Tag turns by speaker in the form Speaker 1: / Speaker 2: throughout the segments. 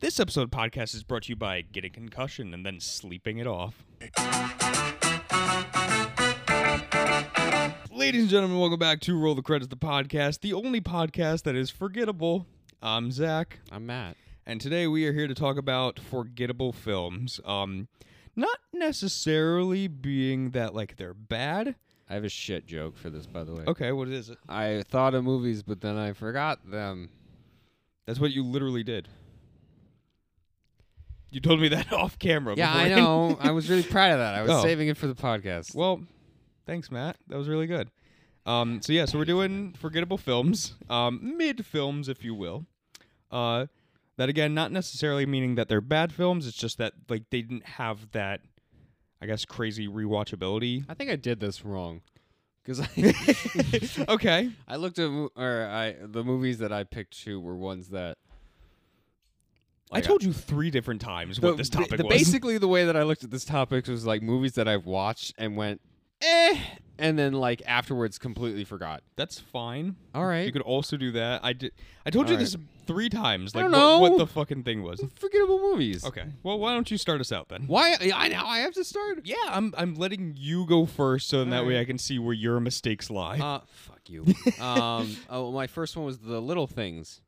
Speaker 1: This episode of podcast is brought to you by getting concussion and then sleeping it off. Ladies and gentlemen, welcome back to Roll the Credits, the podcast, the only podcast that is forgettable. I'm Zach,
Speaker 2: I'm Matt.
Speaker 1: and today we are here to talk about forgettable films. Um, not necessarily being that like they're bad.
Speaker 2: I have a shit joke for this, by the way.
Speaker 1: Okay, what is it?
Speaker 2: I thought of movies, but then I forgot them.
Speaker 1: That's what you literally did. You told me that off camera.
Speaker 2: Yeah, I
Speaker 1: beforehand.
Speaker 2: know. I was really proud of that. I was
Speaker 1: Oh.
Speaker 2: saving it for the podcast.
Speaker 1: Well, thanks, Matt. That was really good. Um, so yeah, so we're doing forgettable films, um, mid films, if you will. Uh, that again, not necessarily meaning that they're bad films. It's just that like they didn't have that, I guess, crazy rewatchability.
Speaker 2: I think I did this wrong because I,
Speaker 1: okay.
Speaker 2: I looked at mo- or I the movies that I picked too were ones that
Speaker 1: I told you three different times what this
Speaker 2: uh, the-
Speaker 1: topic
Speaker 2: the-
Speaker 1: was.
Speaker 2: Basically, the way that I looked at this topic was like movies that I've watched and went eh, and then like afterwards completely forgot.
Speaker 1: That's fine.
Speaker 2: All right,
Speaker 1: You could also do that. I did. I told you
Speaker 2: All right.
Speaker 1: this three times.
Speaker 2: I
Speaker 1: Like
Speaker 2: don't
Speaker 1: what, what
Speaker 2: know.
Speaker 1: the fucking thing was.
Speaker 2: forgettable movies.
Speaker 1: Okay. Well, why don't you start us out then?
Speaker 2: Why? I now I have to start.
Speaker 1: Yeah, I'm I'm letting you go first, so then that way
Speaker 2: Alright.
Speaker 1: I can see where your mistakes lie.
Speaker 2: Uh, fuck you. um, oh, my first one was The Little Things.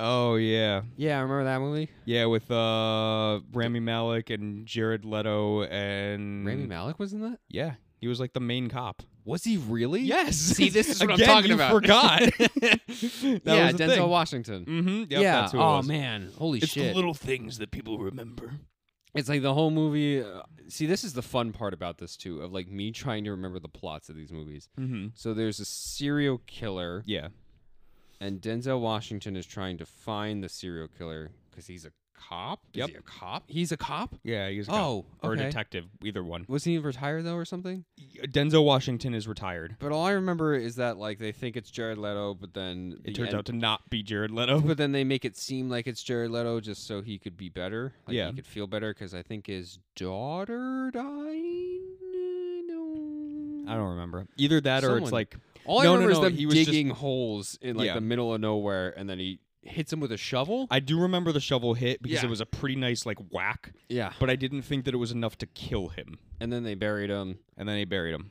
Speaker 1: oh yeah,
Speaker 2: Yeah, remember that movie?
Speaker 1: yeah, with uh Rami Malek and Jared Leto and
Speaker 2: Rami Malik was in that.
Speaker 1: Yeah, he was like the main cop.
Speaker 2: Was he really?
Speaker 1: Yes.
Speaker 2: See, this is what
Speaker 1: Again,
Speaker 2: I'm talking
Speaker 1: you
Speaker 2: about.
Speaker 1: forgot.
Speaker 2: yeah,
Speaker 1: That was the
Speaker 2: Denzel
Speaker 1: thing.
Speaker 2: Washington.
Speaker 1: Mm-hmm. Yep,
Speaker 2: yeah.
Speaker 1: That's who it
Speaker 2: oh
Speaker 1: was.
Speaker 2: man, holy shit!
Speaker 1: little things that people remember.
Speaker 2: it's like the whole movie. Uh, see, this is the fun part about this too, of like me trying to remember the plots of these movies.
Speaker 1: Mm-hmm.
Speaker 2: So there's a serial killer,
Speaker 1: Yeah.
Speaker 2: and Denzel Washington is trying to find the serial killer because he's a cop. Is
Speaker 1: Yep.
Speaker 2: he a cop? He's a cop.
Speaker 1: Yeah. He was a cop.
Speaker 2: Oh,
Speaker 1: or a
Speaker 2: okay.
Speaker 1: detective, either one.
Speaker 2: Was he retired though, or something?
Speaker 1: Denzel Washington is retired.
Speaker 2: But all I remember is that like they think it's Jared Leto, but then
Speaker 1: It turns out to not be Jared Leto.
Speaker 2: but then they make it seem like it's Jared Leto just so he could be better. Like
Speaker 1: Yeah.
Speaker 2: he could feel better because I think his daughter died. I don't-
Speaker 1: I don't remember either that or it's
Speaker 2: Someone-
Speaker 1: like
Speaker 2: All I
Speaker 1: No, no,
Speaker 2: remember
Speaker 1: no,
Speaker 2: is them
Speaker 1: he was just-
Speaker 2: digging holes in like
Speaker 1: Yeah.
Speaker 2: the middle of nowhere, and then he hits him with a shovel.
Speaker 1: I do remember the shovel hit because it
Speaker 2: Yeah.
Speaker 1: was a pretty nice like whack,
Speaker 2: yeah,
Speaker 1: but I didn't think that it was enough to kill him.
Speaker 2: and then they buried him.
Speaker 1: And then they buried him.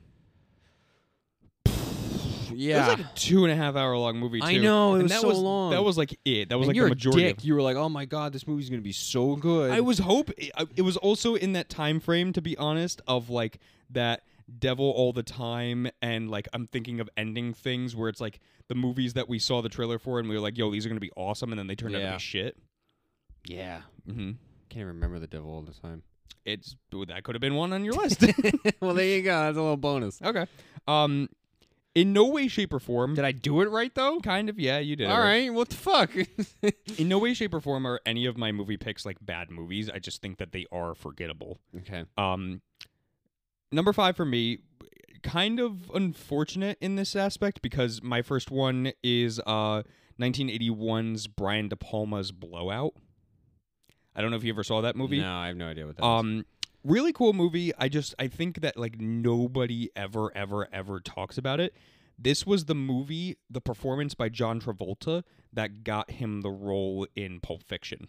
Speaker 2: Yeah,
Speaker 1: It was like a two and a half hour long movie. Too.
Speaker 2: I know, it
Speaker 1: And
Speaker 2: was
Speaker 1: that
Speaker 2: so
Speaker 1: was,
Speaker 2: long.
Speaker 1: That was like it. That was
Speaker 2: And
Speaker 1: like
Speaker 2: you're
Speaker 1: the majority.
Speaker 2: a dick. You were like, oh my god, this movie's gonna be so good.
Speaker 1: Of, I was hope I- it was also in that time frame, to be honest, of like that devil all the time and like I'm thinking of ending things where it's like the movies that we saw the trailer for and we were like, yo, these are gonna be awesome, and then they turned out to
Speaker 2: Yeah.
Speaker 1: be shit.
Speaker 2: yeah,
Speaker 1: Mm-hmm.
Speaker 2: can't remember the devil all the time.
Speaker 1: It's that could have been one on your list.
Speaker 2: well, there you go. That's a little bonus.
Speaker 1: okay. Um, in no way, shape, or form.
Speaker 2: Did I do it right though?
Speaker 1: Kind of, yeah, you did.
Speaker 2: All right. What the fuck?
Speaker 1: In no way, shape, or form are any of my movie picks like bad movies. I just think that they are forgettable.
Speaker 2: okay.
Speaker 1: Um, number five for me, kind of unfortunate in this aspect because my first one is uh 1981's Brian De Palma's Blowout. I don't know if you ever saw that movie.
Speaker 2: No, I have no idea what that is.
Speaker 1: Um, really cool movie. I just I think that like nobody ever ever ever talks about it. This was the movie, the performance by John Travolta that got him the role in Pulp Fiction.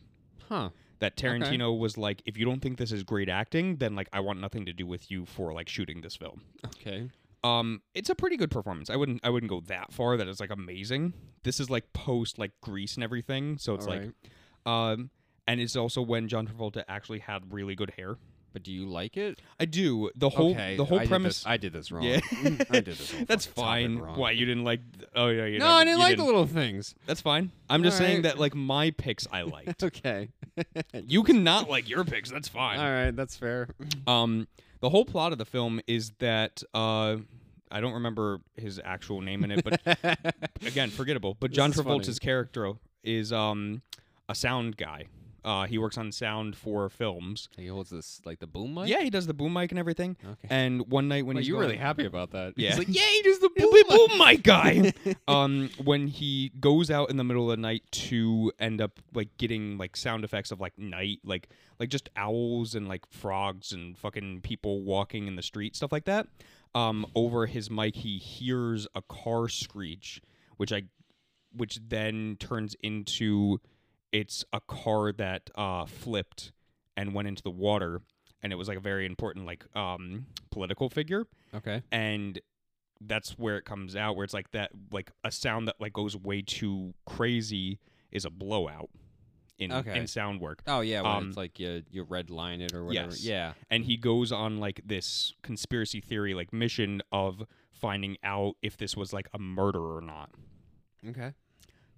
Speaker 2: Huh.
Speaker 1: That Tarantino was like, if you don't think this is great acting, then like I want nothing to do with you for like shooting this film.
Speaker 2: Okay.
Speaker 1: Um, it's a pretty good performance. I wouldn't I wouldn't go that far that it's like amazing. This is like post like Grease and everything, so it's
Speaker 2: All
Speaker 1: like,
Speaker 2: right.
Speaker 1: um, and it's also when John Travolta actually had really good hair.
Speaker 2: But do you like it?
Speaker 1: I do. The whole
Speaker 2: okay.
Speaker 1: the whole
Speaker 2: I
Speaker 1: premise.
Speaker 2: Did this, I did this wrong.
Speaker 1: Yeah.
Speaker 2: I did this. Whole
Speaker 1: that's
Speaker 2: fucking topic
Speaker 1: fine.
Speaker 2: Wrong.
Speaker 1: Why you didn't like? Oh yeah, you
Speaker 2: No,
Speaker 1: never-
Speaker 2: I didn't
Speaker 1: you
Speaker 2: like the little things.
Speaker 1: That's fine. I'm just saying
Speaker 2: Alright.
Speaker 1: that like my picks I liked.
Speaker 2: Okay.
Speaker 1: you cannot like your picks. That's fine.
Speaker 2: All right. That's fair.
Speaker 1: Um, the whole plot of the film is that uh, I don't remember his actual name in it, but again, forgettable. But John
Speaker 2: is funny.
Speaker 1: Travolta's character is um a sound guy. Uh, he works on sound for films.
Speaker 2: he holds this like the boom mic.
Speaker 1: Yeah, he does the boom mic and everything.
Speaker 2: Okay.
Speaker 1: And one night when
Speaker 2: Well,
Speaker 1: he's
Speaker 2: you were
Speaker 1: going-
Speaker 2: really happy about that.
Speaker 1: Yeah.
Speaker 2: He's like, yeah, he does the boom.
Speaker 1: Boom,
Speaker 2: mic."
Speaker 1: boom, my guy. um, when he goes out in the middle of the night to end up like getting like sound effects of like night, like like just owls and like frogs and fucking people walking in the street, stuff like that. Um, over his mic, he hears a car screech, which I, which then turns into it's a car that uh, flipped and went into the water, and it was like a very important like um, political figure,
Speaker 2: Okay.
Speaker 1: and that's where it comes out where it's like that like a sound that like goes way too crazy is a blowout in
Speaker 2: Okay.
Speaker 1: in sound work.
Speaker 2: Oh yeah, when
Speaker 1: Um,
Speaker 2: it's like you you red line it or whatever.
Speaker 1: Yes.
Speaker 2: Yeah.
Speaker 1: and he goes on like this conspiracy theory like mission of finding out if this was like a murder or not.
Speaker 2: Okay.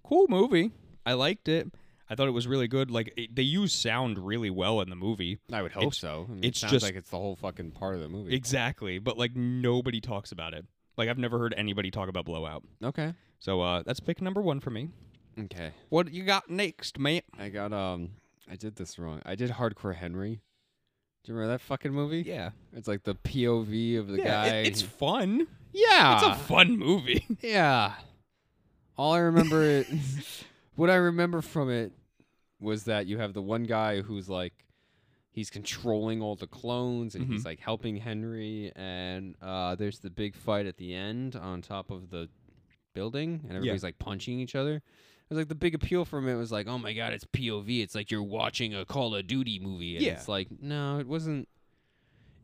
Speaker 1: Cool movie. I liked it. I thought it was really good. Like it, they use sound really well in the movie.
Speaker 2: I would hope
Speaker 1: It's-
Speaker 2: so. I mean,
Speaker 1: it's
Speaker 2: it sounds
Speaker 1: just-
Speaker 2: like it's the whole fucking part of the movie.
Speaker 1: Exactly, but like nobody talks about it. Like I've never heard anybody talk about Blowout.
Speaker 2: okay.
Speaker 1: So uh that's pick number 1 for me.
Speaker 2: Okay.
Speaker 1: What you got next, man?
Speaker 2: I got um I did this wrong. I did Hardcore Henry. Do you remember that fucking movie?
Speaker 1: Yeah.
Speaker 2: It's like the POV of the
Speaker 1: yeah,
Speaker 2: guy.
Speaker 1: it- it's fun.
Speaker 2: yeah.
Speaker 1: It's a fun movie.
Speaker 2: yeah. All I remember it what I remember from it was that you have the one guy who's like he's controlling all the clones and
Speaker 1: Mm-hmm.
Speaker 2: he's like helping Henry and uh there's the big fight at the end on top of the building and everybody's like punching each other. It was like the big appeal from it was like, oh my god, it's POV. It's like you're watching a Call of Duty movie. And
Speaker 1: Yeah.
Speaker 2: it's like, no, it wasn't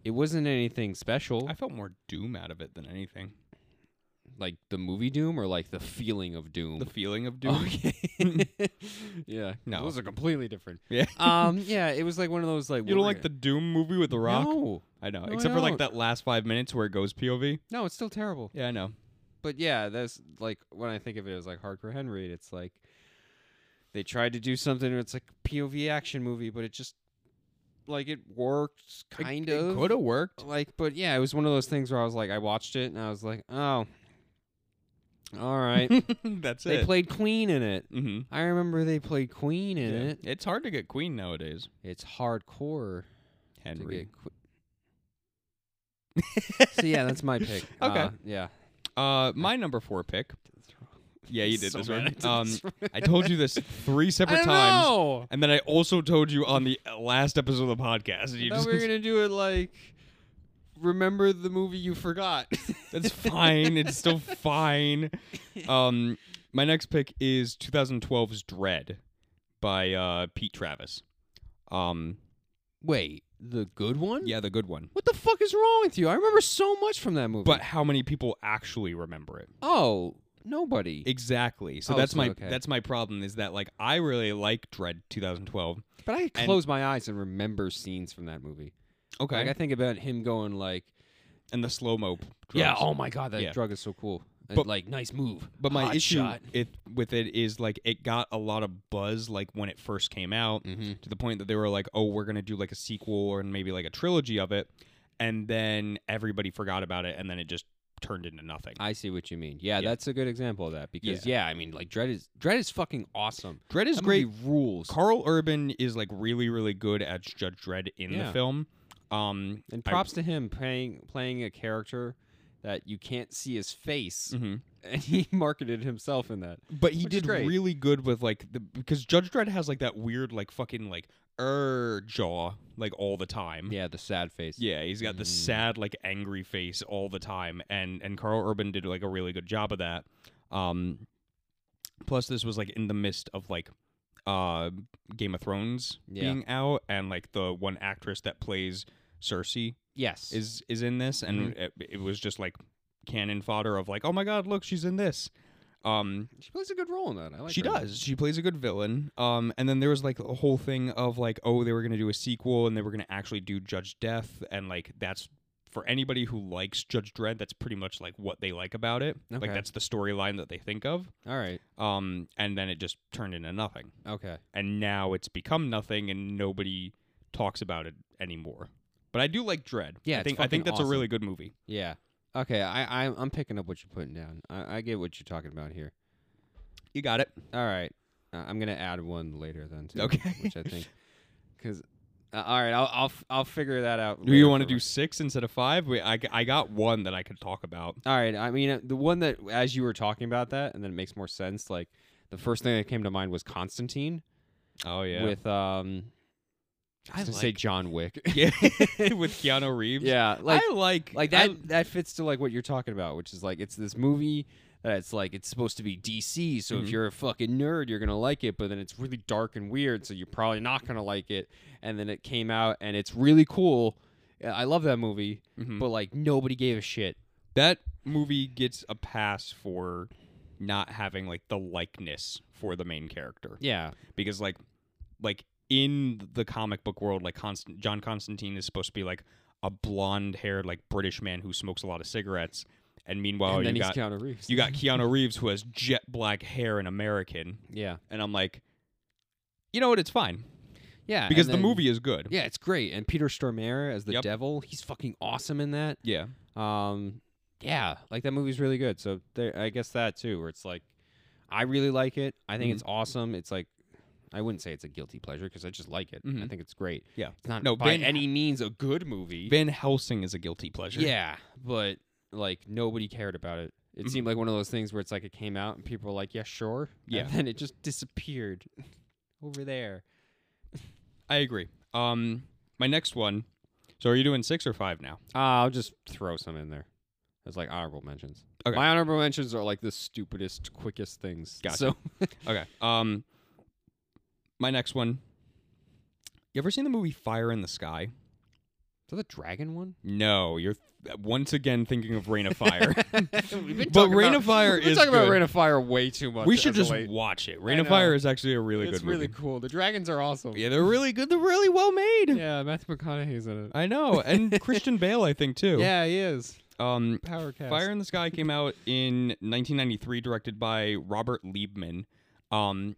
Speaker 2: it wasn't anything special.
Speaker 1: I felt more doom out of it than anything.
Speaker 2: like the movie Doom or like the feeling of Doom.
Speaker 1: The feeling of doom.
Speaker 2: Okay. yeah.
Speaker 1: No.
Speaker 2: Those are completely different.
Speaker 1: Yeah.
Speaker 2: Um. Yeah. It was like one of those like
Speaker 1: You don't
Speaker 2: we're
Speaker 1: like the
Speaker 2: gonna-
Speaker 1: Doom movie with The Rock?
Speaker 2: No.
Speaker 1: I know.
Speaker 2: No, I
Speaker 1: Except for like
Speaker 2: don't.
Speaker 1: that last five minutes where it goes POV.
Speaker 2: No, it's still terrible.
Speaker 1: Yeah, I know.
Speaker 2: But yeah, that's like when I think of it as like hardcore Henry, it's like they tried to do something. It's like POV action movie, but it just like it worked kind of.
Speaker 1: Could have worked.
Speaker 2: like but yeah it was one of those things where i was like i watched it and i was like oh all right
Speaker 1: That's
Speaker 2: Oh. they
Speaker 1: it.
Speaker 2: played queen in it
Speaker 1: mm-hmm.
Speaker 2: i remember they played queen in it
Speaker 1: It's hard to get Queen nowadays.
Speaker 2: it's hardcore to
Speaker 1: Henry.
Speaker 2: get queen so yeah that's my pick
Speaker 1: Okay.
Speaker 2: Uh, yeah
Speaker 1: Uh, my number four pick. Yeah, you did
Speaker 2: So
Speaker 1: this
Speaker 2: mad
Speaker 1: one.
Speaker 2: I did
Speaker 1: Um,
Speaker 2: this wrong.
Speaker 1: I told you this three separate
Speaker 2: I
Speaker 1: times,
Speaker 2: know.
Speaker 1: and then I also told you on the last episode of the podcast. and
Speaker 2: I
Speaker 1: You
Speaker 2: thought
Speaker 1: just,
Speaker 2: we were gonna do it like remember the movie you forgot
Speaker 1: That's fine. It's still fine. Um, my next pick is 2012's Dread by uh, Pete Travis. Um,
Speaker 2: wait the good one
Speaker 1: yeah, the good one.
Speaker 2: what the fuck is wrong with you i remember so much from that movie
Speaker 1: But how many people actually remember it?
Speaker 2: oh nobody
Speaker 1: Exactly. So
Speaker 2: Oh,
Speaker 1: that's
Speaker 2: so
Speaker 1: my
Speaker 2: okay.
Speaker 1: that's my problem is that like I really like Dread 2012.
Speaker 2: But I
Speaker 1: And-
Speaker 2: close my eyes and remember scenes from that movie.
Speaker 1: Okay.
Speaker 2: Like I think about him going like, oh
Speaker 1: and the slow mo.
Speaker 2: my god, that
Speaker 1: Yeah.
Speaker 2: drug is so cool. And,
Speaker 1: But-
Speaker 2: like, nice move.
Speaker 1: But my
Speaker 2: Hot
Speaker 1: issue
Speaker 2: shot.
Speaker 1: it with it is like it got a lot of buzz like when it first came out
Speaker 2: Mhm.
Speaker 1: to the point that they were like, "Oh, we're going to do like a sequel or maybe like a trilogy of it." And then everybody forgot about it and then it just turned into nothing.
Speaker 2: I see what you mean. Yeah,
Speaker 1: Yeah.
Speaker 2: that's a good example of that because yeah. I mean, like Dread is Dread is fucking awesome.
Speaker 1: Dread is
Speaker 2: That
Speaker 1: great.
Speaker 2: movie rules.
Speaker 1: Carl Urban is like really really good at Judge Dredd in the
Speaker 2: Yeah.
Speaker 1: film. Um
Speaker 2: and
Speaker 1: I-
Speaker 2: props to him playing playing a character that you can't see his face,
Speaker 1: mhm.
Speaker 2: and he marketed himself in that.
Speaker 1: But he
Speaker 2: Which is
Speaker 1: did
Speaker 2: great.
Speaker 1: really good with like the because Judge Dredd has like that weird like fucking like er jaw like all the time.
Speaker 2: Yeah, the sad face.
Speaker 1: Yeah, he's got the
Speaker 2: Mm.
Speaker 1: sad, like angry face all the time, and and Carl Urban did like a really good job of that. Um, plus, this was like in the midst of like uh Game of Thrones
Speaker 2: Yeah.
Speaker 1: being out, and like the one actress that plays Cersei
Speaker 2: Yes.
Speaker 1: is is in this, and
Speaker 2: Mm-hmm.
Speaker 1: it, it was just like cannon fodder of like, oh my god, look, she's in this. Um,
Speaker 2: she plays a good role in that. I like.
Speaker 1: she
Speaker 2: her.
Speaker 1: does. She plays a good villain. Um, and then there was like a whole thing of like, oh, they were gonna do a sequel, and they were gonna actually do Judge Death, and like that's for anybody who likes Judge Dredd, that's pretty much like what they like about it.
Speaker 2: Okay.
Speaker 1: Like that's the storyline that they think of.
Speaker 2: All right.
Speaker 1: Um, and then it just turned into nothing,
Speaker 2: Okay.
Speaker 1: and now it's become nothing, and nobody talks about it anymore. But I do like Dread.
Speaker 2: Yeah,
Speaker 1: I
Speaker 2: it's
Speaker 1: think I think
Speaker 2: fucking
Speaker 1: that's a
Speaker 2: awesome.
Speaker 1: really good movie.
Speaker 2: Yeah. Okay. I, I I'm picking up what you're putting down. I, I get what you're talking about here.
Speaker 1: You got it.
Speaker 2: All right. Uh, I'm gonna add one later then too.
Speaker 1: Okay.
Speaker 2: Which I think, because uh, all right, I'll I'll f- I'll figure that out.
Speaker 1: Do you
Speaker 2: later
Speaker 1: want to
Speaker 2: for
Speaker 1: do
Speaker 2: my-
Speaker 1: six instead of five? We, I, I got one that I could talk about.
Speaker 2: All right. I mean, uh, the one that as you were talking about that, and then it makes more sense. Like the first thing that came to mind was Constantine
Speaker 1: Oh yeah.
Speaker 2: with um. I
Speaker 1: I
Speaker 2: was gonna say
Speaker 1: like-
Speaker 2: John Wick.
Speaker 1: yeah, with Keanu Reeves.
Speaker 2: yeah. Like
Speaker 1: I like
Speaker 2: like
Speaker 1: I-
Speaker 2: that that fits to like what you're talking about which is like it's this movie that it's like it's supposed to be DC. So if you're a fucking nerd, you're gonna like it, but then it's really dark and weird, so you're probably not gonna like it. And then it came out, and it's really cool. Uh, I love that movie,
Speaker 1: Mhm.
Speaker 2: but like nobody gave a shit.
Speaker 1: that movie gets a pass for not having like the likeness for the main character
Speaker 2: Yeah,
Speaker 1: because like like in the comic book world like Constant- john constantine is supposed to be like a blonde haired like british man who smokes a lot of cigarettes and meanwhile
Speaker 2: and then
Speaker 1: you
Speaker 2: he's
Speaker 1: got
Speaker 2: Keanu Reeves.
Speaker 1: you got keanu reeves who has jet black hair and american
Speaker 2: yeah,
Speaker 1: and i'm like you know what it's fine
Speaker 2: yeah,
Speaker 1: because
Speaker 2: and
Speaker 1: the
Speaker 2: then-
Speaker 1: movie is good
Speaker 2: Yeah, it's great. And Peter Stormare as the
Speaker 1: Yep.
Speaker 2: devil, he's fucking awesome in that.
Speaker 1: yeah
Speaker 2: Um, yeah, like that movie's really good. So there, I guess that too, where it's like, I really like it. I
Speaker 1: Mm-hmm.
Speaker 2: think it's awesome. It's like, I wouldn't say it's a guilty pleasure because I just like it. I
Speaker 1: Mhm.
Speaker 2: think it's great.
Speaker 1: Yeah.
Speaker 2: it's not
Speaker 1: No,
Speaker 2: by
Speaker 1: Van-
Speaker 2: any means a good movie.
Speaker 1: van helsing is a guilty pleasure
Speaker 2: Yeah, but like nobody cared about it. It
Speaker 1: Mhm.
Speaker 2: seemed like one of those things where it's like it came out and people were like, "Yeah, sure,"
Speaker 1: Yeah.
Speaker 2: and then it just disappeared over there.
Speaker 1: i agree um my next one so are you doing six or five now
Speaker 2: Uh, I'll just throw some in there. It's like honorable mentions.
Speaker 1: Okay.
Speaker 2: My honorable mentions are like the stupidest, quickest things.
Speaker 1: Gotcha.
Speaker 2: So
Speaker 1: Okay. Um my next one. You ever seen the movie Fire in the Sky?
Speaker 2: Is that the dragon one?
Speaker 1: No, you're th- once again thinking of Rain of Fire.
Speaker 2: We've been
Speaker 1: but
Speaker 2: talking
Speaker 1: Rain
Speaker 2: about-
Speaker 1: of Fire
Speaker 2: we've been
Speaker 1: is
Speaker 2: talking about
Speaker 1: good.
Speaker 2: Rain of Fire way too much.
Speaker 1: we should
Speaker 2: as of
Speaker 1: just
Speaker 2: late.
Speaker 1: watch it. Rain of
Speaker 2: know.
Speaker 1: Fire is actually a really
Speaker 2: it's
Speaker 1: good
Speaker 2: really
Speaker 1: movie.
Speaker 2: cool. The dragons are awesome.
Speaker 1: Yeah, they're really good. They're really well made.
Speaker 2: yeah Matthew McConaughey's in it.
Speaker 1: I know, and Christian Bale, I think too.
Speaker 2: yeah, he is.
Speaker 1: Um,
Speaker 2: Power cast.
Speaker 1: Fire in the Sky came out in 1993, directed by Robert Liebman. Um,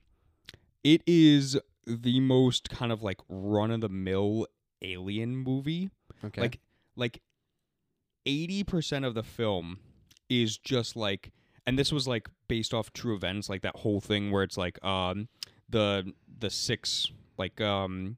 Speaker 1: it is the most kind of like run of the mill alien movie.
Speaker 2: Okay.
Speaker 1: Like, like 80% of the film is just like, and this was like based off true events, like that whole thing where it's like, um, the the six like um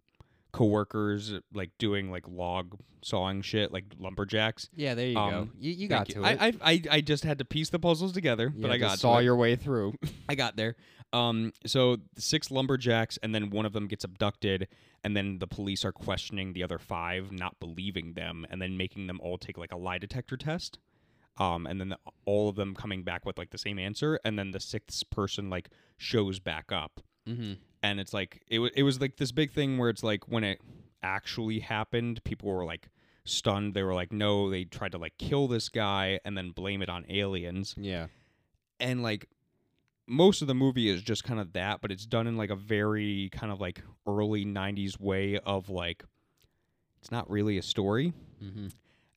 Speaker 1: coworkers like doing like log sawing shit like lumberjacks
Speaker 2: yeah, there you go.
Speaker 1: um,
Speaker 2: You,
Speaker 1: Thank
Speaker 2: you got
Speaker 1: you.
Speaker 2: to it.
Speaker 1: I, I, I I just had to piece the puzzles together,
Speaker 2: You
Speaker 1: but I
Speaker 2: had to
Speaker 1: got
Speaker 2: saw
Speaker 1: to it.
Speaker 2: your way through.
Speaker 1: I got there. Um, so six lumberjacks, and then one of them gets abducted, and then the police are questioning the other five, not believing them, and then making them all take like a lie detector test. Um, and then the, all of them coming back with like the same answer, and then the sixth person like shows back up,
Speaker 2: mm-hmm.
Speaker 1: and it's like it was it was like this big thing where it's like when it actually happened, people were like stunned. They were like, no, they tried to like kill this guy and then blame it on aliens
Speaker 2: Yeah.
Speaker 1: and like most of the movie is just kind of that but it's done in like a very kind of like early 90s way of like it's not really a story
Speaker 2: Mm-hmm.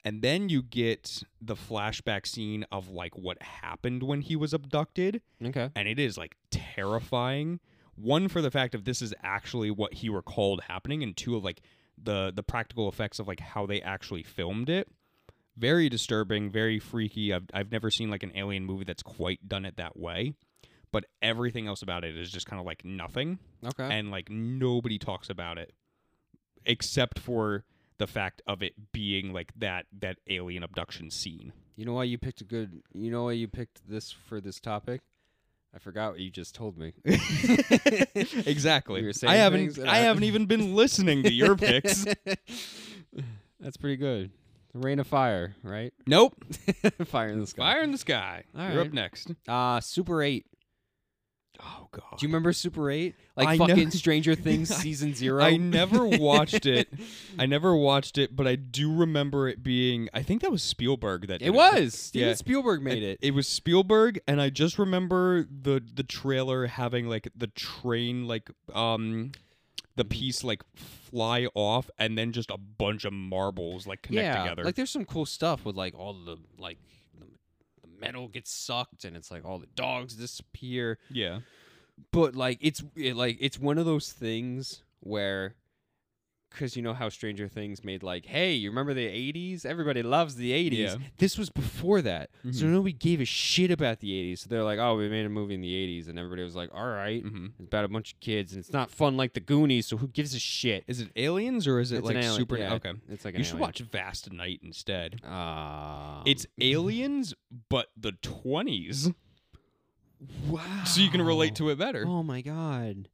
Speaker 1: and then you get the flashback scene of like what happened when he was abducted
Speaker 2: Mm-hmm. Okay.
Speaker 1: and it is like terrifying one for the fact of this is actually what he recalled happening and two of like the the practical effects of like how they actually filmed it very disturbing very freaky i've, I've never seen like an alien movie that's quite done it that way but everything else about it is just kind of like nothing
Speaker 2: Okay.
Speaker 1: and like nobody talks about it except for the fact of it being like that that alien abduction scene
Speaker 2: You know why you picked a good. You know why you picked this for this topic? I forgot what you just told me.
Speaker 1: exactly
Speaker 2: You were saying
Speaker 1: i haven't
Speaker 2: things that
Speaker 1: i
Speaker 2: I-
Speaker 1: haven't even been listening to your picks
Speaker 2: That's pretty good. The Rain of Fire, right?
Speaker 1: Nope.
Speaker 2: Fire in the Sky.
Speaker 1: Fire in the sky.
Speaker 2: All
Speaker 1: You're
Speaker 2: right.
Speaker 1: up next.
Speaker 2: Uh, Super 8.
Speaker 1: Oh god.
Speaker 2: Do you remember Super 8? Like
Speaker 1: I know-
Speaker 2: fucking Stranger Things season 0?
Speaker 1: I never watched it. I never watched it, but I do remember it being. I think that was Spielberg that. did
Speaker 2: It was. Steven
Speaker 1: Yeah.
Speaker 2: Spielberg made
Speaker 1: And
Speaker 2: it.
Speaker 1: It was Spielberg, and I just remember the the trailer having like the train like um.
Speaker 2: Mm-hmm.
Speaker 1: The piece like fly off, and then just a bunch of marbles like connect
Speaker 2: yeah.
Speaker 1: together.
Speaker 2: Like there's some cool stuff with like all the like the, the metal gets sucked and it's like all the dogs disappear.
Speaker 1: yeah,
Speaker 2: but like it's it, like it's one of those things where because you know how stranger things made like hey you remember the 80s everybody loves the 80s
Speaker 1: Yeah.
Speaker 2: this was before that so
Speaker 1: Mhm.
Speaker 2: nobody gave a shit about the 80s so they're like oh we made a movie in the 80s and everybody was like all right.
Speaker 1: hmm
Speaker 2: it's about a bunch of kids and it's not fun like the goonies so who gives a shit
Speaker 1: is it aliens or is it
Speaker 2: It's
Speaker 1: like
Speaker 2: an alien-
Speaker 1: super?
Speaker 2: yeah,
Speaker 1: okay,
Speaker 2: it's like an
Speaker 1: you should
Speaker 2: alien.
Speaker 1: watch Vast Night instead.
Speaker 2: um,
Speaker 1: It's aliens, but the twenties,
Speaker 2: wow
Speaker 1: so you can relate to it better.
Speaker 2: oh my god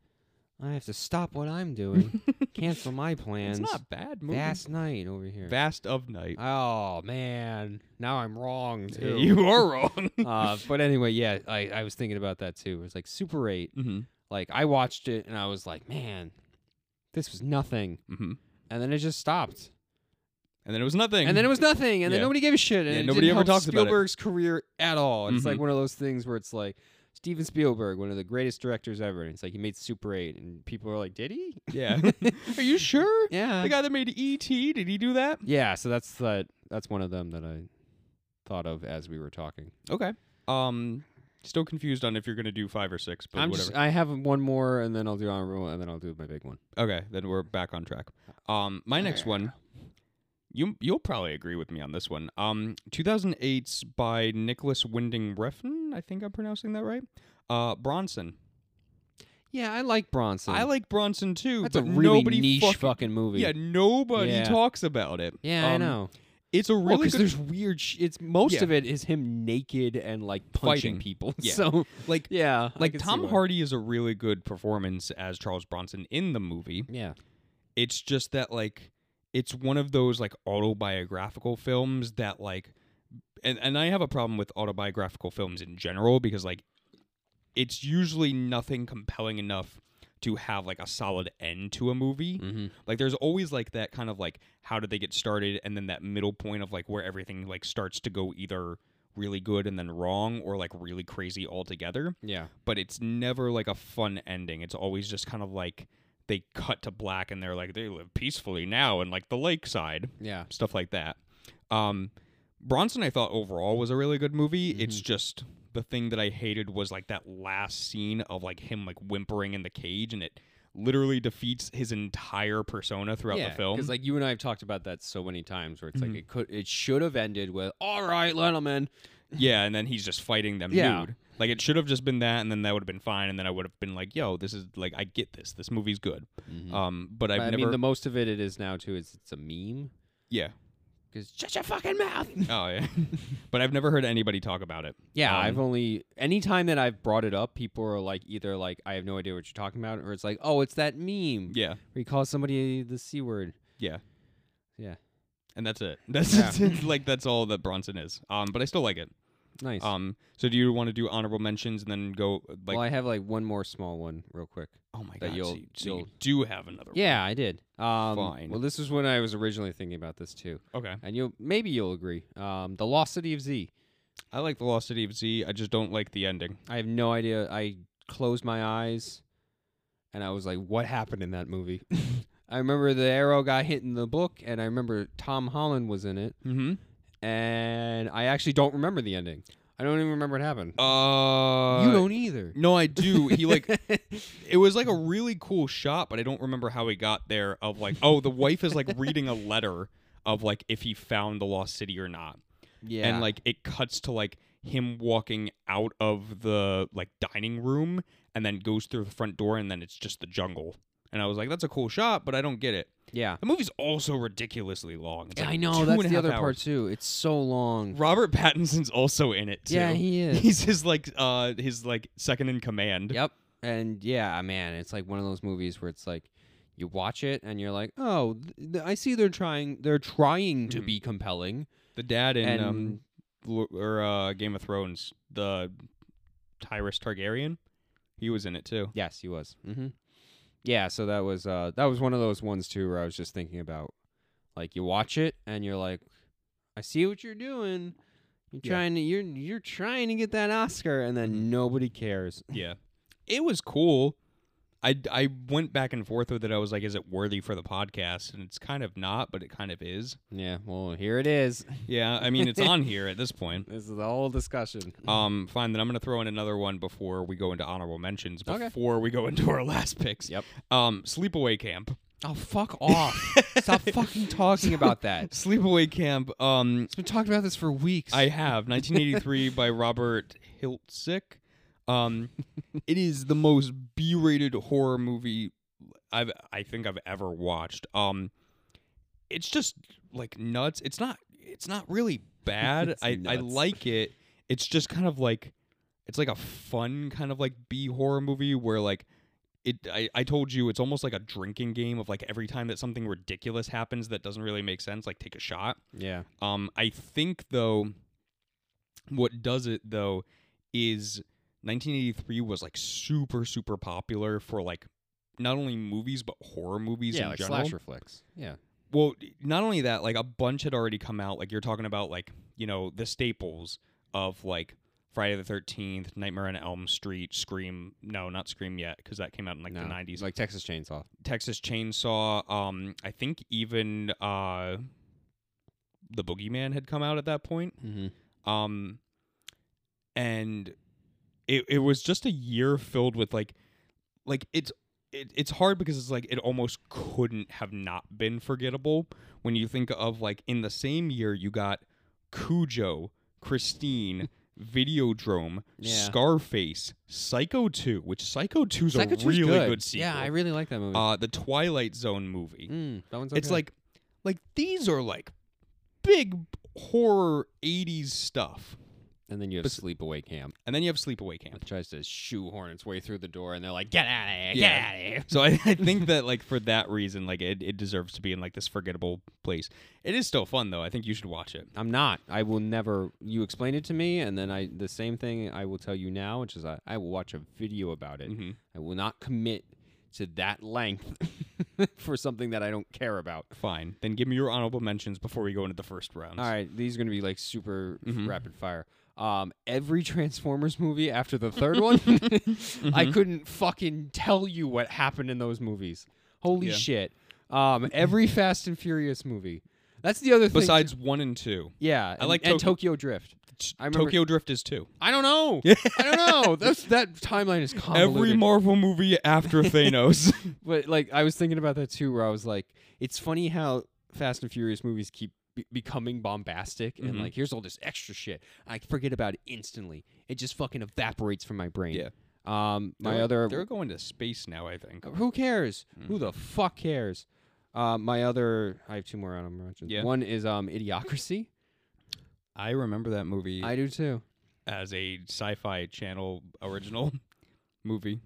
Speaker 2: I have to stop what I'm doing, cancel my plans.
Speaker 1: It's not a bad movie.
Speaker 2: Vast night over here.
Speaker 1: Vast of Night.
Speaker 2: oh man, now I'm wrong too.
Speaker 1: you are wrong.
Speaker 2: uh, but anyway, yeah, I, I was thinking about that too. It was like Super Eight.
Speaker 1: hmm
Speaker 2: Like I watched it and I was like, man, this was nothing.
Speaker 1: hmm
Speaker 2: And then it just stopped.
Speaker 1: And then it was nothing.
Speaker 2: And then it was nothing. And then
Speaker 1: Yeah.
Speaker 2: nobody gave a shit. And
Speaker 1: Yeah,
Speaker 2: it
Speaker 1: nobody
Speaker 2: didn't
Speaker 1: ever
Speaker 2: help
Speaker 1: talks about it.
Speaker 2: Spielberg's career at all. It's like
Speaker 1: Mhm.
Speaker 2: one of those things where it's like Steven Spielberg, one of the greatest directors ever. And it's like he made Super Eight, and people are like, did he?
Speaker 1: Yeah. Are you sure?
Speaker 2: Yeah.
Speaker 1: The guy that made E.T. Did he do that?
Speaker 2: Yeah, so that's that. That's one of them that I thought of as we were talking.
Speaker 1: Okay. Um, still confused on if you're gonna do five or six, but
Speaker 2: I'm
Speaker 1: whatever.
Speaker 2: just. I have one more, and then I'll do honorable, and then I'll do my big one.
Speaker 1: okay, then we're back on track. Um, my next one, you you'll probably agree with me on this one. Um, 2008's by Nicholas Winding Refn. I think I'm pronouncing that right. Uh, Bronson.
Speaker 2: Yeah, I like Bronson.
Speaker 1: I like Bronson too,
Speaker 2: That's a
Speaker 1: but
Speaker 2: really
Speaker 1: nobody
Speaker 2: niche
Speaker 1: fuck-
Speaker 2: fucking, movie.
Speaker 1: Yeah, nobody
Speaker 2: Yeah.
Speaker 1: talks about it.
Speaker 2: yeah, I
Speaker 1: Um,
Speaker 2: know.
Speaker 1: It's a
Speaker 2: Really,
Speaker 1: really
Speaker 2: because
Speaker 1: good
Speaker 2: there's weird. Sh- it's most
Speaker 1: Yeah.
Speaker 2: of it is him naked and like punching
Speaker 1: Fighting.
Speaker 2: people.
Speaker 1: Yeah.
Speaker 2: So
Speaker 1: like
Speaker 2: yeah, I
Speaker 1: like
Speaker 2: can see
Speaker 1: Tom
Speaker 2: why.
Speaker 1: Hardy is a really good performance as Charles Bronson in the movie.
Speaker 2: Yeah,
Speaker 1: it's just that like it's one of those like autobiographical films that like and and I have a problem with autobiographical films in general because like it's usually nothing compelling enough to have like a solid end to a movie.
Speaker 2: mm-hmm.
Speaker 1: Like there's always like that kind of like how did they get started and then that middle point of like where everything like starts to go either really good and then wrong or like really crazy altogether
Speaker 2: yeah,
Speaker 1: but it's never like a fun ending. It's always just kind of like they cut to black and they're like they live peacefully now in like the lakeside,
Speaker 2: yeah.
Speaker 1: stuff like that. Um Bronson I thought overall was a really good movie. It's
Speaker 2: Mm-hmm.
Speaker 1: just the thing that I hated was like that last scene of like him like whimpering in the cage and it literally defeats his entire persona throughout the film.
Speaker 2: Because like you and I have talked about that so many times, where it's like it could, it should have ended with "All right, Lenelman."
Speaker 1: yeah, and then he's just fighting them
Speaker 2: Yeah.
Speaker 1: nude. Like it should have just been that and then that would have been fine and then I would have been like, yo, this is like I get this. This movie's good. Um but I've
Speaker 2: Mm-hmm. I
Speaker 1: never
Speaker 2: mean, the most of it it is now too is it's a meme.
Speaker 1: Yeah.
Speaker 2: Because shut your fucking mouth.
Speaker 1: Oh yeah. but I've never heard anybody talk about it.
Speaker 2: Yeah,
Speaker 1: Um,
Speaker 2: I've only anytime that I've brought it up, people are like either like I have no idea what you're talking about, or it's like oh, it's that meme
Speaker 1: Yeah.
Speaker 2: where you call somebody the c word.
Speaker 1: Yeah.
Speaker 2: Yeah,
Speaker 1: And that's it. That's
Speaker 2: Yeah.
Speaker 1: that's it. like that's all that Bronson is. Um but I still like it.
Speaker 2: nice.
Speaker 1: Um so do you want to do honorable mentions and then go uh, like
Speaker 2: well, I have like one more small one real quick.
Speaker 1: oh my
Speaker 2: that
Speaker 1: god.
Speaker 2: you'll-
Speaker 1: so you, so you
Speaker 2: you'll-
Speaker 1: do have another
Speaker 2: Yeah, I did. Um,
Speaker 1: Fine.
Speaker 2: Well, this is when I was originally thinking about this too,
Speaker 1: one. Okay.
Speaker 2: and you'll maybe you'll agree. Um, the Lost City of Z.
Speaker 1: I like the Lost City of Z. I just don't like the ending.
Speaker 2: I have no idea. I closed my eyes and I was like, what happened in that movie? I remember the arrow got hit in the book and I remember Tom Holland was in it
Speaker 1: Mhm.
Speaker 2: and I actually don't remember the ending. I don't even remember what happened.
Speaker 1: Uh
Speaker 2: you don't either.
Speaker 1: No, I do. He like it was like a really cool shot, but I don't remember how he got there. Of like, oh, the wife is like reading a letter of like if he found the lost city or not.
Speaker 2: yeah.
Speaker 1: and like it cuts to like him walking out of the like dining room and then goes through the front door and then it's just the jungle and i was like that's a cool shot but i don't get it
Speaker 2: yeah.
Speaker 1: the movie's also ridiculously long it's like
Speaker 2: I
Speaker 1: two
Speaker 2: know that's
Speaker 1: and a
Speaker 2: the
Speaker 1: half
Speaker 2: other part
Speaker 1: hours.
Speaker 2: too. It's so long.
Speaker 1: robert pattinson's also in it too
Speaker 2: Yeah, he is.
Speaker 1: he's his like uh his like second in command
Speaker 2: Yep. And yeah, man, it's like one of those movies where it's like you watch it and you're like, "Oh, th- th- I see they're trying they're trying to
Speaker 1: Mhm.
Speaker 2: be compelling."
Speaker 1: the dad in
Speaker 2: Mm-hmm. And-
Speaker 1: um Lo- or uh game of thrones the tyrus targaryen he was in it too
Speaker 2: Yes, he was. hmm Yeah, so that was uh, that was one of those ones too where I was just thinking about, like you watch it and you're like, I see what you're doing. You're
Speaker 1: Yeah.
Speaker 2: trying to you're you're trying to get that Oscar, and then nobody cares.
Speaker 1: Yeah. It was cool. I, I went back and forth with it. I was like, is it worthy for the podcast? And it's kind of not, but it kind of is.
Speaker 2: Yeah, well here it is.
Speaker 1: Yeah. I mean, it's on here at this point.
Speaker 2: This is the whole discussion.
Speaker 1: Um, fine. Then I'm going to throw in another one before we go into honorable mentions,
Speaker 2: Okay.
Speaker 1: before we go into our last picks.
Speaker 2: Yep.
Speaker 1: Um, Sleepaway Camp.
Speaker 2: Oh fuck off! Stop fucking talking about that.
Speaker 1: Sleepaway Camp. Um,
Speaker 2: It's been talking about this for weeks.
Speaker 1: I have 1983 by Robert Hiltzik. Um, it is the most B-rated horror movie I've I think I've ever watched. Um, it's just like nuts. It's not it's not really bad.
Speaker 2: It's
Speaker 1: I I
Speaker 2: nuts.
Speaker 1: like it. It's just kind of like it's like a fun kind of like B horror movie where like it I, I told you it's almost like a drinking game of like every time that something ridiculous happens that doesn't really make sense, like take a shot.
Speaker 2: Yeah.
Speaker 1: Um, I think though, what does it though is 1983 was like super super popular for like not only movies but horror movies
Speaker 2: yeah,
Speaker 1: in
Speaker 2: like
Speaker 1: general.
Speaker 2: slasher flicks. Yeah.
Speaker 1: Well, not only that, like a bunch had already come out. Like you're talking about like you know the staples of like Friday the 13th, Nightmare on Elm Street, Scream. No, not Scream yet because that came out in like
Speaker 2: No,
Speaker 1: the 90s.
Speaker 2: Like Texas Chainsaw.
Speaker 1: Texas Chainsaw. Um, I think even uh, the Boogeyman had come out at that point.
Speaker 2: Mm-hmm.
Speaker 1: Um, and it it was just a year filled with like, like it's it, it's hard because it's like it almost couldn't have not been forgettable when you think of like in the same year you got Cujo, Christine. Videodrome,
Speaker 2: Yeah.
Speaker 1: Scarface, Psycho 2, which Psycho 2 is a
Speaker 2: Psycho
Speaker 1: really
Speaker 2: 2's
Speaker 1: good. sequel
Speaker 2: Yeah, I really like that movie.
Speaker 1: uh, the Twilight Zone movie.
Speaker 2: Mm, that one's
Speaker 1: It's
Speaker 2: okay.
Speaker 1: like, like these are like big horror '80s stuff,
Speaker 2: and then you have
Speaker 1: bes-
Speaker 2: Sleepaway Camp.
Speaker 1: and then you have Sleepaway Camp.
Speaker 2: It tries to shoehorn its way through the door, and they're like, "Get out of here! Get
Speaker 1: Yeah.
Speaker 2: out of here!"
Speaker 1: So I, I think that like for that reason, like it, it deserves to be in like this forgettable place. It is still fun though. I think you should watch it.
Speaker 2: I'm not. I will never. You explain it to me, and then I the same thing I will tell you now, which is I, I will watch a video about it.
Speaker 1: hmm
Speaker 2: I will not commit to that length for something that I don't care about.
Speaker 1: Fine. Then give me your honorable mentions before we go into the first round.
Speaker 2: All right, these are going to be like super f-
Speaker 1: Mhm.
Speaker 2: rapid fire. Um, every Transformers movie after the third one,
Speaker 1: Mm-hmm.
Speaker 2: I couldn't fucking tell you what happened in those movies. Holy
Speaker 1: Yeah. Mm-hmm.
Speaker 2: shit! Um, every Fast and Furious movie. That's the other thing.
Speaker 1: Besides one and two,
Speaker 2: yeah, and,
Speaker 1: like
Speaker 2: and
Speaker 1: Tokyo-
Speaker 2: Tokyo Drift.
Speaker 1: T-
Speaker 2: I remember-
Speaker 1: Tokyo Drift is two.
Speaker 2: I don't know. I don't know. That's, that timeline is convoluted.
Speaker 1: Every Marvel movie after Thanos.
Speaker 2: But like I was thinking about that too, where I was like, it's funny how Fast and Furious movies keep be- becoming bombastic and
Speaker 1: Mhm.
Speaker 2: like here's all this extra shit. I forget about it instantly. It just fucking evaporates from my brain.
Speaker 1: Yeah.
Speaker 2: Um, my
Speaker 1: They're-
Speaker 2: other Oh.
Speaker 1: They're Mm-hmm. going to space now. I think.
Speaker 2: who cares? Who the fuck cares? Uh, my other I have two more on mentions.
Speaker 1: Yeah.
Speaker 2: One is um Idiocracy.
Speaker 1: I remember that movie.
Speaker 2: I do too.
Speaker 1: as a sci-fi channel original movie.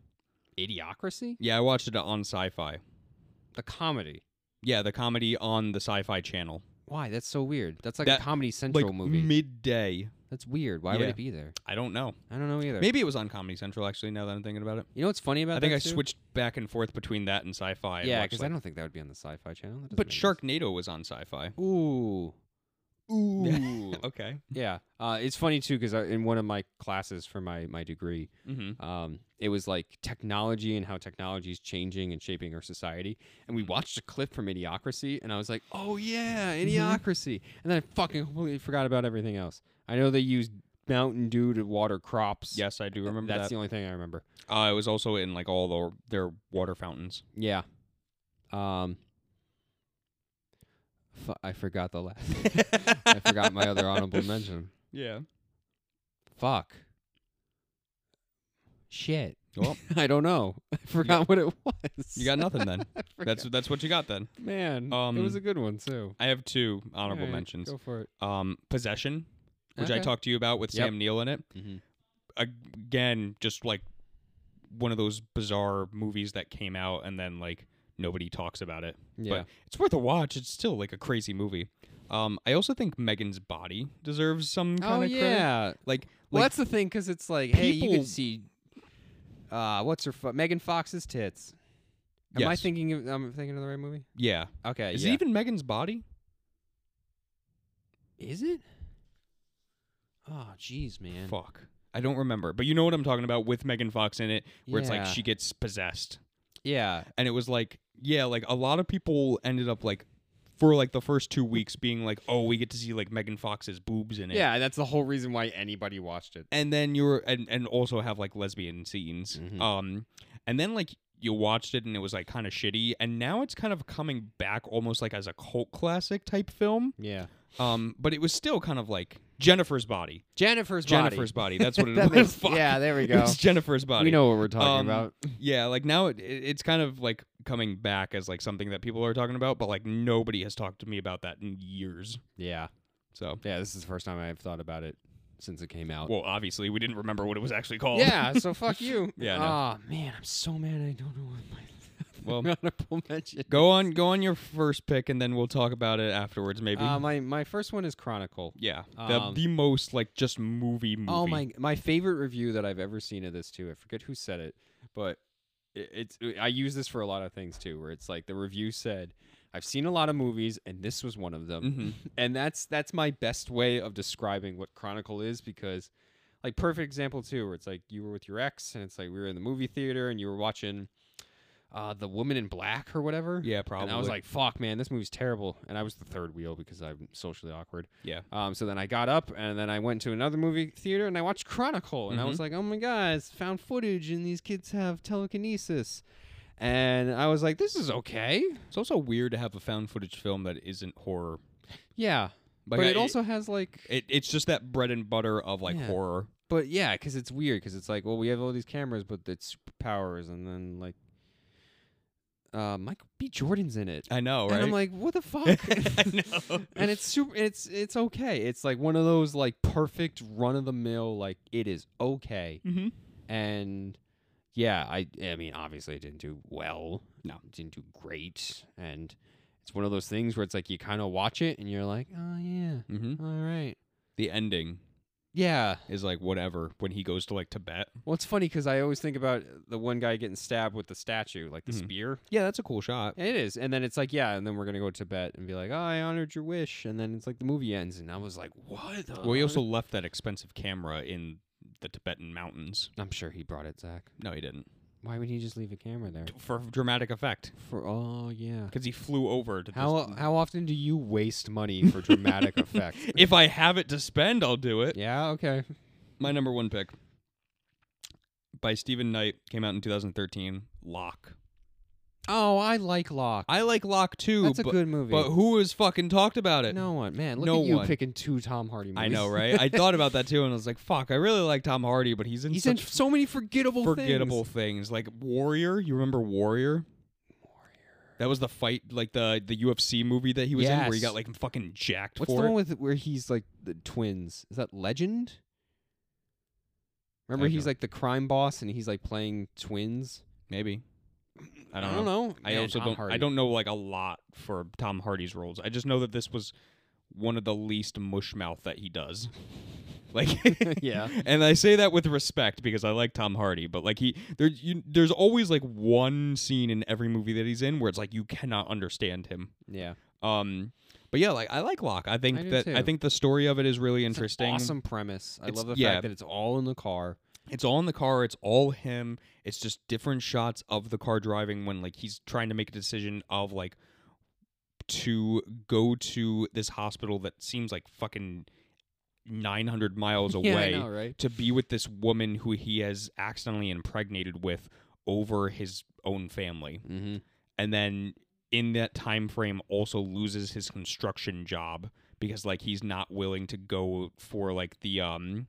Speaker 2: Idiocracy?
Speaker 1: Yeah, I watched it on sci-fi.
Speaker 2: The comedy.
Speaker 1: Yeah, the comedy on the sci-fi channel.
Speaker 2: Why? That's so weird. That's like
Speaker 1: That-
Speaker 2: a comedy central
Speaker 1: like
Speaker 2: movie.
Speaker 1: midday.
Speaker 2: That's weird. Why would
Speaker 1: Yeah.
Speaker 2: it be there?
Speaker 1: I don't know.
Speaker 2: I don't know either.
Speaker 1: Maybe it was on Comedy Central actually now that I'm thinking about it.
Speaker 2: You know what's funny about
Speaker 1: I think
Speaker 2: that
Speaker 1: I
Speaker 2: too?
Speaker 1: switched back and forth between that and sci-fi. and
Speaker 2: Yeah,
Speaker 1: watched,
Speaker 2: because I
Speaker 1: like-
Speaker 2: don't think that would be on the Sci-Fi Channel. That doesn't
Speaker 1: But
Speaker 2: make sense.
Speaker 1: Sharknado was on sci-fi.
Speaker 2: Ooh. Ooh.
Speaker 1: Okay.
Speaker 2: yeah. Uh, it's funny too because in one of my classes for my my degree,
Speaker 1: Mm-hmm.
Speaker 2: um, it was like technology and how technology is changing and shaping our society. And we watched a clip from Idiocracy, and I was like, "Oh yeah,
Speaker 1: Mm-hmm.
Speaker 2: Idiocracy!" And then I fucking completely forgot about everything else. I know they used Mountain Dew to water crops.
Speaker 1: Yes, I do remember
Speaker 2: That's
Speaker 1: that.
Speaker 2: the only thing I remember.
Speaker 1: uh, it was also in like all their, their water fountains.
Speaker 2: Yeah. Um. Fu- I forgot the last. I forgot my other honorable mention.
Speaker 1: Yeah.
Speaker 2: Fuck. Shit.
Speaker 1: Well,
Speaker 2: I don't know. I forgot what it was.
Speaker 1: you got nothing then.
Speaker 2: I forgot.
Speaker 1: that's that's what you got then.
Speaker 2: man. it
Speaker 1: um,
Speaker 2: was a good one too.
Speaker 1: I have two honorable
Speaker 2: Alright,
Speaker 1: mentions.
Speaker 2: Go for it.
Speaker 1: um, Possession, which I
Speaker 2: Okay.
Speaker 1: talked to you about with
Speaker 2: Yep.
Speaker 1: Sam Neill in it.
Speaker 2: Mhm.
Speaker 1: Again, just like one of those bizarre movies that came out and then like nobody talks about it.
Speaker 2: Yeah.
Speaker 1: But it's worth a watch. It's still like a crazy movie. Um, I also think Megan's Body deserves some kind
Speaker 2: oh
Speaker 1: of credit.
Speaker 2: yeah.
Speaker 1: Like,
Speaker 2: well,
Speaker 1: like
Speaker 2: that's the thing because it's like, hey, you
Speaker 1: people-
Speaker 2: could see. Uh, what's her fu- Megan Fox's tits? Am I
Speaker 1: Yes.
Speaker 2: thinking? Of, I'm thinking of the right movie.
Speaker 1: yeah.
Speaker 2: Okay.
Speaker 1: Is
Speaker 2: yeah.
Speaker 1: it even Megan's Body?
Speaker 2: Is it? Oh, jeez, man.
Speaker 1: Fuck. I don't remember, but you know what I'm talking about with Megan Fox in it, where it's like
Speaker 2: Yeah.
Speaker 1: she gets possessed.
Speaker 2: Yeah.
Speaker 1: and it was like yeah like a lot of people ended up like for like the first two weeks being like oh we get to see like megan fox's boobs in it
Speaker 2: Yeah, that's the whole reason why anybody watched it.
Speaker 1: and then you were and, and also have like lesbian scenes
Speaker 2: Mhm.
Speaker 1: um and then like you watched it and it was like kind of shitty and now it's kind of coming back almost like as a cult classic type film
Speaker 2: Yeah.
Speaker 1: um but it was still kind of like jennifer's body
Speaker 2: Jennifer's
Speaker 1: jennifer's body that's what it
Speaker 2: That
Speaker 1: was
Speaker 2: makes- yeah, there we go.
Speaker 1: it's jennifer's body
Speaker 2: We know what we're
Speaker 1: Um,
Speaker 2: talking about.
Speaker 1: Yeah, like now it, it- it's kind of like coming back as like something that people are talking about, but like nobody has talked to me about that in years.
Speaker 2: Yeah.
Speaker 1: So
Speaker 2: Yeah, this is the first time I've thought about it since it came out.
Speaker 1: Well, obviously, we didn't remember what it was actually called.
Speaker 2: Yeah, so fuck you.
Speaker 1: Yeah, no.
Speaker 2: Ah, man, I'm so mad. I don't know what my
Speaker 1: Well,
Speaker 2: honorable mention.
Speaker 1: Go on, go on your first pick, and then we'll talk about it afterwards, maybe.
Speaker 2: Uh, my my first one is Chronicle.
Speaker 1: yeah,
Speaker 2: um,
Speaker 1: the, the most like just movie movie.
Speaker 2: Oh my! My favorite review that I've ever seen of this too. I forget who said it, but it, it's uh, I use this for a lot of things too. Where it's like the review said, "I've seen a lot of movies, and this was one of them."
Speaker 1: Mhm.
Speaker 2: and that's that's my best way of describing what Chronicle is because, like, perfect example too, where it's like you were with your ex, and it's like we were in the movie theater, and you were watching. Uh, the woman in black or whatever.
Speaker 1: Yeah, probably.
Speaker 2: And I was like, "Fuck, man, this movie's terrible." And I was the third wheel because I'm socially awkward.
Speaker 1: yeah,
Speaker 2: Um, so then I got up and then I went to another movie theater and I watched Chronicle and I
Speaker 1: Mm-hmm.
Speaker 2: was like, oh my god, it's found footage and these kids have telekinesis. And I was like, this is okay.
Speaker 1: it's also weird to have a found footage film that isn't horror.
Speaker 2: Yeah.
Speaker 1: Like,
Speaker 2: but
Speaker 1: I-
Speaker 2: it also has like,
Speaker 1: it, it's just that bread and butter of like
Speaker 2: Yeah.
Speaker 1: horror.
Speaker 2: but yeah, because it's weird because it's like, well, we have all these cameras, but it's superpowers and then like, uh, Michael B. Jordan's in it.
Speaker 1: I know, Oh, right?
Speaker 2: And I'm like, what the fuck?
Speaker 1: I know.
Speaker 2: and it's super. It's it's okay. It's like one of those like perfect run of the mill. Like it is okay.
Speaker 1: mm-hmm.
Speaker 2: and yeah, I I mean obviously it didn't do well.
Speaker 1: No.
Speaker 2: It didn't do great, and it's one of those things where it's like you kind of watch it and you're like, oh yeah,
Speaker 1: Mm-hmm.
Speaker 2: all right,
Speaker 1: the ending
Speaker 2: yeah.
Speaker 1: is like whatever when he goes to like Tibet.
Speaker 2: Well, it's funny because I always think about the one guy getting stabbed with the statue, like the
Speaker 1: Mhm.
Speaker 2: spear.
Speaker 1: Yeah, that's a cool shot.
Speaker 2: And it is, and then it's like yeah, and then we're gonna go to Tibet and be like, oh, I honored your wish, and then it's like the movie ends, and I was like, what? The
Speaker 1: Well, he also left that expensive camera in the Tibetan mountains.
Speaker 2: I'm sure he brought it, Zach.
Speaker 1: No, he didn't.
Speaker 2: Why would he just leave a camera there?
Speaker 1: For dramatic effect,
Speaker 2: For oh yeah.
Speaker 1: because he flew over to.
Speaker 2: How
Speaker 1: this-
Speaker 2: how often do you waste money for dramatic effect?
Speaker 1: if I have it to spend, I'll do it.
Speaker 2: Yeah, okay.
Speaker 1: My number one pick by Stephen Knight came out in 2013. Lock.
Speaker 2: Oh, I like Locke.
Speaker 1: I like Lock too.
Speaker 2: That's a
Speaker 1: but,
Speaker 2: good movie.
Speaker 1: But who has fucking talked about it?
Speaker 2: no one, man. Look
Speaker 1: no
Speaker 2: at you
Speaker 1: one.
Speaker 2: picking two Tom Hardy movies.
Speaker 1: I know, right? I thought about that too, and I was like, "Fuck, I really like Tom Hardy, but he's in
Speaker 2: He's in
Speaker 1: such
Speaker 2: so many forgettable,
Speaker 1: forgettable things. Like Warrior. You remember Warrior? That was the fight, like the the UFC movie that he was in, where he
Speaker 2: Yes.
Speaker 1: got like fucking jacked
Speaker 2: Things. What's
Speaker 1: for
Speaker 2: the
Speaker 1: it.
Speaker 2: one with where he's like the twins? Is that Legend? Remember,
Speaker 1: I
Speaker 2: he's
Speaker 1: don't-
Speaker 2: like the crime boss, and he's like playing twins.
Speaker 1: Maybe. I don't, know.
Speaker 2: know.
Speaker 1: I
Speaker 2: Man,
Speaker 1: also
Speaker 2: Tom
Speaker 1: don't.
Speaker 2: Hardy.
Speaker 1: I don't know like a lot for Tom Hardy's roles. I just know that this was one of the least mush mouth that he does. Like,
Speaker 2: Yeah.
Speaker 1: and I say that with respect because I like Tom Hardy, but like he there, you, there's always like one scene in every movie that he's in where it's like you cannot understand him.
Speaker 2: Yeah,
Speaker 1: Um, but yeah, like I like Locke. I think
Speaker 2: I do
Speaker 1: that I
Speaker 2: too.
Speaker 1: think the story of it is really
Speaker 2: It's an
Speaker 1: interesting.
Speaker 2: awesome premise. I
Speaker 1: It's-
Speaker 2: love the
Speaker 1: yeah.
Speaker 2: fact that it's all in the car.
Speaker 1: It's all in the car. It's all him. It's just different shots of the car driving when like he's trying to make a decision of like to go to this hospital that seems like fucking 900 miles
Speaker 2: yeah,
Speaker 1: away
Speaker 2: I know, right?
Speaker 1: to be with this woman who he has accidentally impregnated with over his own family.
Speaker 2: Mm-hmm.
Speaker 1: And then in that time frame also loses his construction job because like he's not willing to go for like the um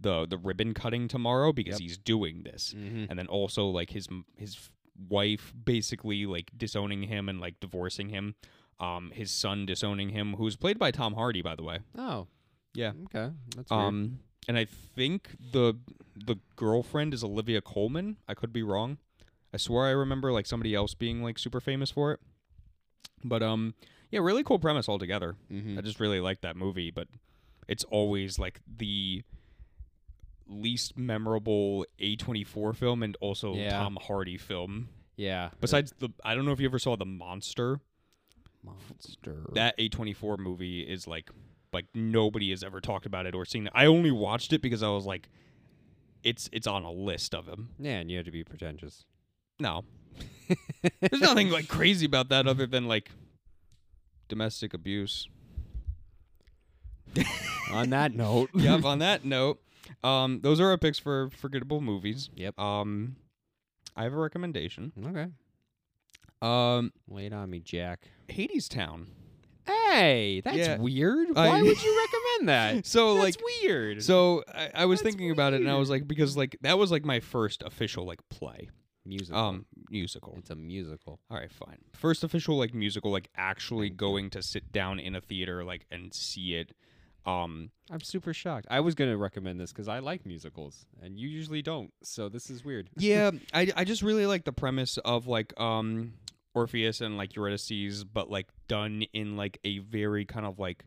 Speaker 1: the the ribbon cutting tomorrow because
Speaker 2: Yep.
Speaker 1: he's doing this
Speaker 2: Mm-hmm.
Speaker 1: and then also like his m- his f- wife basically like disowning him and like divorcing him um his son disowning him who's played by Tom Hardy by the way
Speaker 2: Oh,
Speaker 1: Yeah.
Speaker 2: Okay, that's weird.
Speaker 1: um and I think the the girlfriend is Olivia Coleman I could be wrong I swear I remember like somebody else being like super famous for it but um yeah really cool premise altogether
Speaker 2: Mhm.
Speaker 1: I just really like that movie, but it's always like the least memorable A24 film and also
Speaker 2: Yeah.
Speaker 1: Tom Hardy film.
Speaker 2: Yeah.
Speaker 1: Besides the I don't know if you ever saw The Monster.
Speaker 2: monster.
Speaker 1: That A24 movie is like like nobody has ever talked about it or seen it. I only watched it because I was like it's it's on a list of them.
Speaker 2: yeah, and you had to be pretentious.
Speaker 1: No. There's nothing like crazy about that other than like domestic abuse.
Speaker 2: On that note,
Speaker 1: yep. On that note, um, those are our picks for forgettable movies.
Speaker 2: Yep.
Speaker 1: Um, I have a recommendation.
Speaker 2: Okay.
Speaker 1: Um,
Speaker 2: Wait on me, Jack.
Speaker 1: Hades Town.
Speaker 2: Hey, that's
Speaker 1: Yeah.
Speaker 2: weird.
Speaker 1: I-
Speaker 2: Why would you recommend that?
Speaker 1: So
Speaker 2: that's
Speaker 1: like,
Speaker 2: weird.
Speaker 1: so I, I was
Speaker 2: That's
Speaker 1: thinking about it, and I was like, because like that was like my first official like play,
Speaker 2: musical.
Speaker 1: um, musical.
Speaker 2: it's a musical.
Speaker 1: All right, fine. First official like musical, like actually going to sit down in a theater like and see it. Um,
Speaker 2: I'm super shocked. I was gonna recommend this because I like musicals, and you usually don't. So this is weird.
Speaker 1: yeah, I, I just really like the premise of like um Orpheus and like Eurydice, but like done in like a very kind of like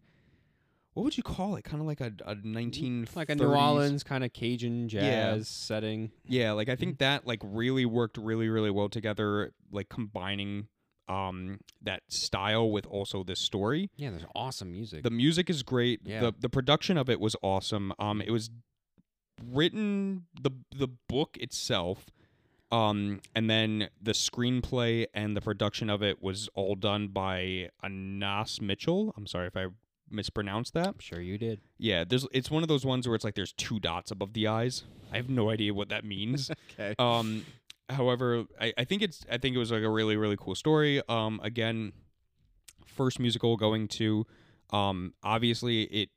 Speaker 1: what would you call it? Kind of like a, a nineteen
Speaker 2: like a New Orleans kind of Cajun jazz
Speaker 1: Yeah.
Speaker 2: setting.
Speaker 1: Yeah, like I think that like really worked really really well together. Like combining um that style with also this story.
Speaker 2: Yeah, there's awesome music.
Speaker 1: The music is great.
Speaker 2: Yeah.
Speaker 1: The the production of it was awesome. Um it was written the the book itself um and then the screenplay and the production of it was all done by Anas Mitchell. I'm sorry if I mispronounced that.
Speaker 2: I'm sure you did.
Speaker 1: Yeah, there's it's one of those ones where it's like there's two dots above the eyes. I have no idea what that means.
Speaker 2: Okay.
Speaker 1: Um, however, I, I think it's I think it was like a really really cool story. Um, again, first musical going to, um, obviously it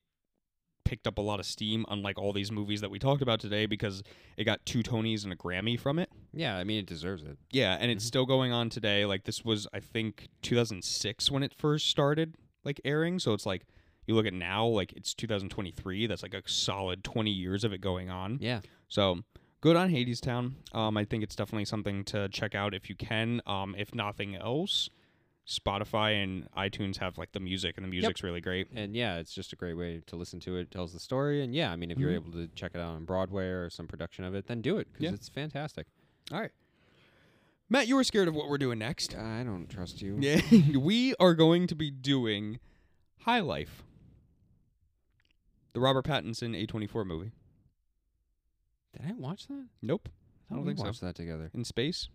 Speaker 1: picked up a lot of steam, unlike all these movies that we talked about today, because it got two Tonys and a Grammy from it.
Speaker 2: yeah, I mean it deserves it.
Speaker 1: Yeah, and it's still going on today. Like this was I think 2006 when it first started like airing, so it's like. You look at now, like it's 2023. That's like a solid 20 years of it going on.
Speaker 2: Yeah.
Speaker 1: So good on Hades Town. Um, I think it's definitely something to check out if you can. Um, if nothing else, Spotify and iTunes have like the music, and the music's really great.
Speaker 2: And yeah, it's just a great way to listen to it. It tells the story, and yeah, I mean if you're able to check it out on Broadway or some production of it, then do it because
Speaker 1: Yeah.
Speaker 2: it's fantastic.
Speaker 1: All right, Matt, you were scared of what we're doing next.
Speaker 2: I don't trust you.
Speaker 1: Yeah, we are going to be doing High Life, the Robert Pattinson A24 movie.
Speaker 2: Did I watch that?
Speaker 1: Nope,
Speaker 2: I don't
Speaker 1: think so.
Speaker 2: watched that together.
Speaker 1: in space.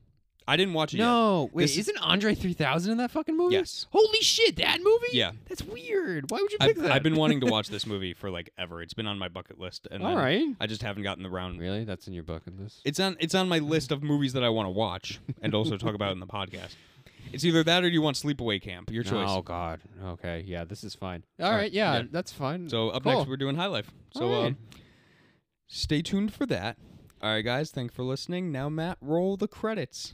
Speaker 1: I didn't watch it yet.
Speaker 2: No, wait,
Speaker 1: This-
Speaker 2: isn't Andre 3000 in that fucking movie?
Speaker 1: Yes.
Speaker 2: Holy shit, that movie?
Speaker 1: Yeah.
Speaker 2: That's weird. Why would you pick
Speaker 1: I've,
Speaker 2: that?
Speaker 1: I've been wanting to watch this movie for like ever. It's been on my bucket list, and
Speaker 2: All
Speaker 1: then
Speaker 2: right.
Speaker 1: I just haven't gotten the round
Speaker 2: Really? That's in your bucket list?
Speaker 1: It's on it's on my list of movies that I want to watch and also talk about in the podcast. It's either that or you want Sleepaway Camp. Your choice.
Speaker 2: Oh god. Okay. Yeah, this is fine. All
Speaker 1: right,
Speaker 2: right, yeah,
Speaker 1: yeah.
Speaker 2: that's fine.
Speaker 1: So up
Speaker 2: Cool.
Speaker 1: next we're doing High Life. So
Speaker 2: All right.
Speaker 1: um, stay tuned for that. All right, guys. Thanks for listening. Now Matt, roll the credits.